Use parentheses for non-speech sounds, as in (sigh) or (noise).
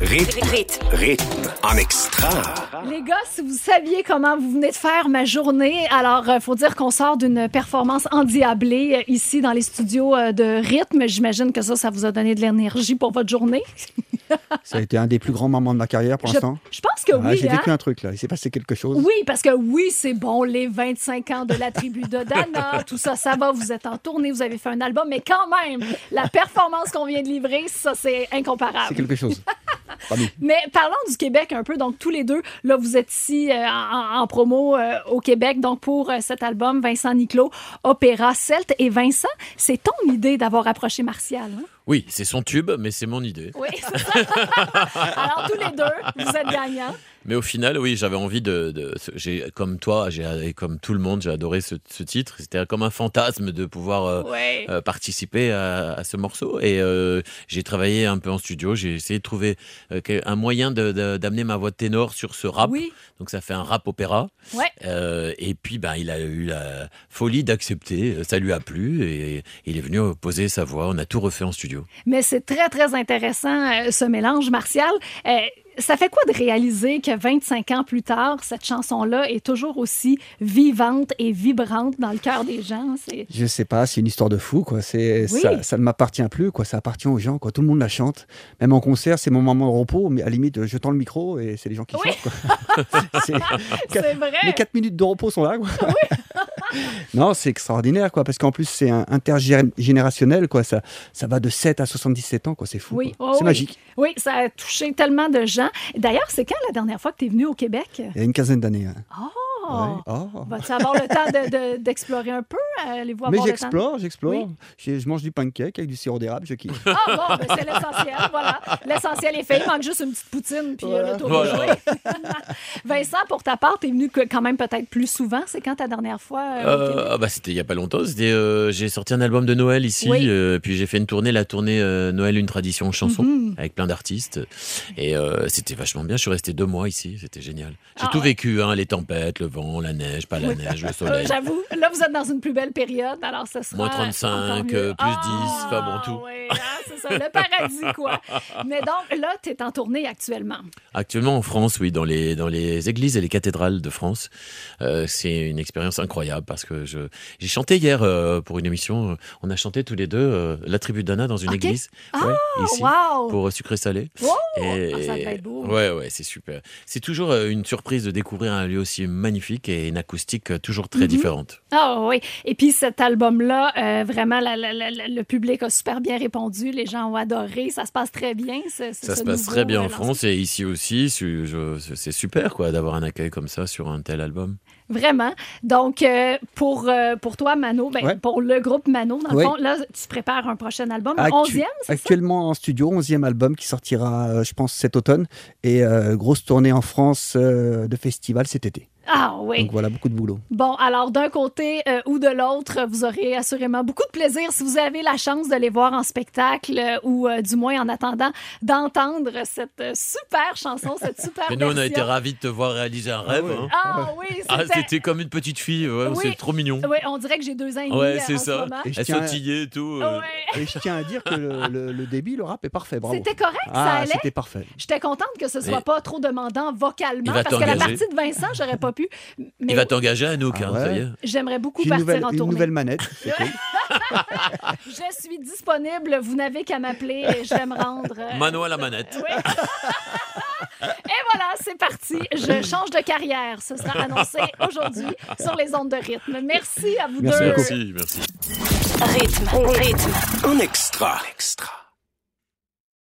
Rythme. Rythme. Rythme. En extra. Les gars, si vous saviez comment vous venez de faire ma journée, alors euh, faut dire qu'on sort d'une performance endiablée euh, ici dans les studios euh, de rythme. J'imagine que ça, ça vous a donné de l'énergie pour votre journée. Ça a été un des plus grands moments de ma carrière pour Je, l'instant. je pense que Ah, oui. J'ai hein? vécu un truc là, il s'est passé quelque chose. Oui, parce que oui, c'est bon, les 25 ans de la tribu de (laughs) Dana, tout ça, ça va, vous êtes en tournée, vous avez fait un album, mais quand même, la performance qu'on vient de livrer, ça, c'est C'est incomparable. (laughs) quelque chose. Pardon. Mais parlons du Québec un peu. Donc, tous les deux, là, vous êtes ici euh, en, en promo euh, au Québec. Donc, pour euh, cet album, Vincent Niclot, Opéra Celte. Et Vincent, c'est ton idée d'avoir approché Martial. hein? Oui, c'est son tube, mais c'est mon idée. Oui, c'est ça. (laughs) Alors, tous les deux, vous êtes gagnants. Mais au final, oui, j'avais envie de. de- j'ai, comme toi, j'ai, et comme tout le monde, j'ai adoré ce, ce titre. C'était comme un fantasme de pouvoir euh, Oui. euh, participer à, à ce morceau. Et euh, j'ai travaillé un peu en studio. J'ai essayé de trouver euh, quel- un moyen de- de- d'amener ma voix de ténor sur ce rap. Oui. Donc ça fait un rap opéra. Ouais. Euh, et puis, ben, il a eu la folie d'accepter. Ça lui a plu et il est venu poser sa voix. On a tout refait en studio. Mais c'est très, très intéressant, euh, ce mélange, Martial. Euh, ça fait quoi de réaliser que 25 ans plus tard, cette chanson-là est toujours aussi vivante et vibrante dans le cœur des gens? C'est... Je sais pas, c'est une histoire de fou quoi. C'est Oui. ça, ça ne m'appartient plus quoi. Ça appartient aux gens quoi. Tout le monde la chante. Même en concert, c'est mon moment de repos. Mais à la limite, je tends le micro et c'est les gens qui Oui. chantent. Quoi. (laughs) (laughs) C'est- C'est vrai. Les quatre minutes de repos sont là. Quoi. (laughs) (laughs) non, c'est extraordinaire, quoi, parce qu'en plus, c'est un intergénérationnel. Quoi, ça, ça va de 7 à 77 ans. quoi, C'est fou. Oui, quoi. oh c'est oui. magique. Oui, ça a touché tellement de gens. D'ailleurs, c'est quand la dernière fois que tu es venu au Québec? Il y a une quinzaine d'années. hein. Oh! Ouais. Oh. Vas-tu avoir le temps de- de- d'explorer un peu? Aller voir Mais avoir le temps? j'explore, j'explore. Oui. J'ai- Je mange du pancake avec du sirop d'érable, je kiffe. (laughs) Ah bon, ben c'est l'essentiel, voilà. L'essentiel est fait. Il manque juste une petite poutine, puis euh, le tour Voilà. est joué. Vincent, pour ta part, t'es venu que- quand même peut-être plus souvent. C'est quand ta dernière fois? euh, au Euh, Québec? ah bah c'était il y a pas longtemps. C'était euh, j'ai sorti un album de Noël ici, Oui. euh, puis j'ai fait une tournée, la tournée euh, Noël une tradition chanson Mhm. avec plein d'artistes et euh, c'était vachement bien. Je suis resté deux mois ici, c'était génial. J'ai Ah tout ouais. vécu, hein, les tempêtes, le vent, la neige, pas la neige, (laughs) le Euh, soleil. J'avoue, là, vous êtes dans une plus belle période, alors ce sera. Moins encore 35, mieux. euh, plus 10, enfin bon, tout. oui, ah, c'est ça, le paradis, (laughs) quoi. Mais donc, là, t'es en tournée actuellement. Actuellement en France, oui, dans les dans les églises et les cathédrales de France, Euh, c'est une expérience incroyable parce que je j'ai chanté hier euh, pour une émission. euh, On a chanté tous les deux euh, la tribu d'Anna dans une Ok. église Ah, ouais, Oh, ici wow! pour euh, sucré salé. Wow! Et- Ah, ça va être beau. Ouais, ouais, c'est super. C'est toujours euh, une surprise de découvrir un lieu aussi magnifique et une acoustique euh, toujours très Mhm. différente. Ah oui. Et puis cet album-là, euh, vraiment, la- la- la- la- le public a super bien répondu. Les gens ont adoré. Ça se passe très bien. ce- ce- Ça ce se passe nouveau, très bien en euh, lancement. France et ici aussi. su- je- C'est super quoi d'avoir un accueil comme ça sur un tel album. Vraiment. Donc, euh, pour, euh, pour toi, Mano, ben, Ouais. pour le groupe Mano, dans le Oui. fond, là, tu prépares un prochain album, Actu- onzième, c'est ça? Actuellement en studio, 11e album qui sortira, euh, je pense, cet automne. Et euh, grosse tournée en France euh, de festival cet été. Ah oui. Donc voilà, beaucoup de (laughs) boulot. Bon, alors d'un côté euh, ou de l'autre, vous aurez assurément beaucoup de plaisir si vous avez la chance de les voir en spectacle euh, ou euh, du moins en attendant d'entendre cette euh, super chanson, (laughs) cette super Et nous, on a version. été ravis de te voir réaliser un rêve. hein. hein. Ah oui, Ah, c'était c'était comme une petite fille. ouais, Oui. C'est trop mignon. Oui, Ah on dirait que j'ai deux ans et demi Ouais, euh, c'est en ça. ce moment. Ah Et je Elle tiens à- sautillait et tout. euh. Ouais. Et je tiens à dire que le, le- le débit, le rap est parfait, bravo. C'était correct, ça Ah, allait. c'était parfait. J'étais contente que ce soit Et- pas trop demandant vocalement Il va parce que la t'engager. partie de Vincent, j'aurais pas pu. Il Mais va t'engager à nous, Ah hein, ouais. ça y est. j'aimerais beaucoup J'ai une partir nouvelle, en une tournée. nouvelle manette, (laughs) c'est cool. Je suis disponible, vous n'avez qu'à m'appeler et je vais me rendre. euh, Mano à la manette. Oui. (laughs) Et voilà, c'est parti. Je change de carrière. Ce sera annoncé aujourd'hui sur les ondes de rythme. Merci à vous Merci deux. Merci, beaucoup. merci. Rythme. Rythme. En extra. extra.